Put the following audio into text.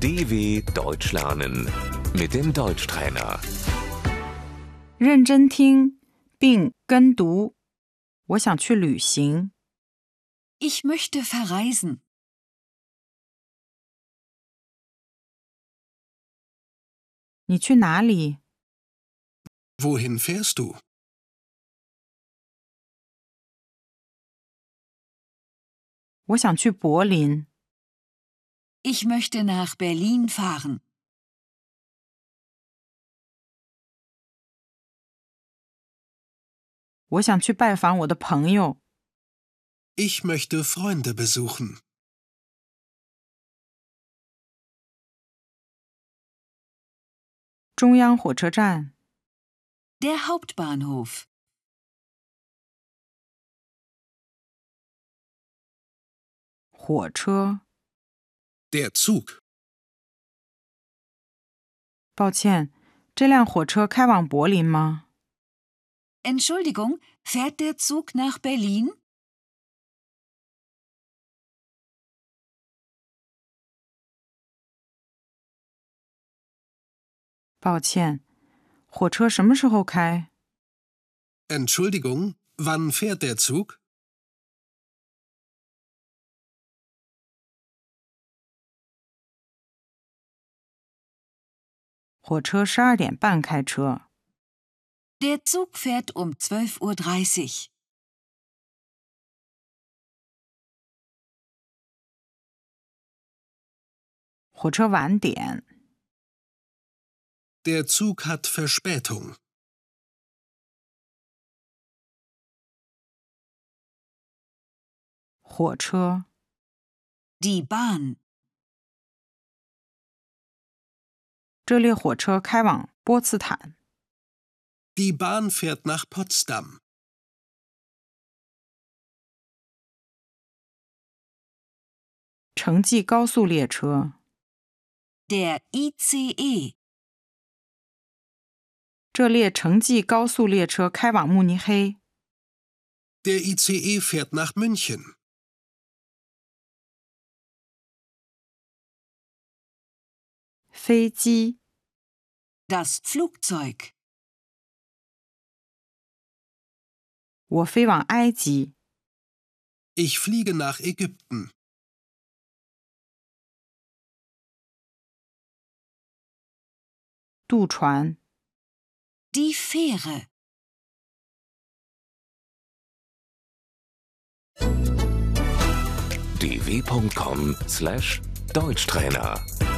DW Deutsch lernen mit dem Deutschtrainer. 认真听并跟读。我想去旅行， Ich möchte verreisen. 你去哪里？ Wohin fährst du? 我想去柏林， Ich möchte nach Berlin fahren. 我想去拜访我的朋友， Ich möchte Freunde besuchen. 中央火车站。 Der Hauptbahnhof. 火车， Der Zug. 抱歉，这辆火车开往柏林吗？ Entschuldigung, fährt der Zug nach Berlin? 抱歉，火车什么时候开？ Entschuldigung, wann fährt der Zug? 火车十二点半开车。 Der Zug fährt um 12.30 Uhr. 火车晚点， Der Zug hat Verspätung. 火车， Die Bahn. 这列火车开往波茨坦。 Die Bahn fährt nach Potsdam. 城际高速列车， Der E. ICE. 这列城际高速列车开往慕尼黑。 Der ICE fährt nach München. 飞机， Das Flugzeug. 我飞往埃及。 Ich fliege nach Ägypten. 渡船， Die Fähre. dw.com/deutschtrainer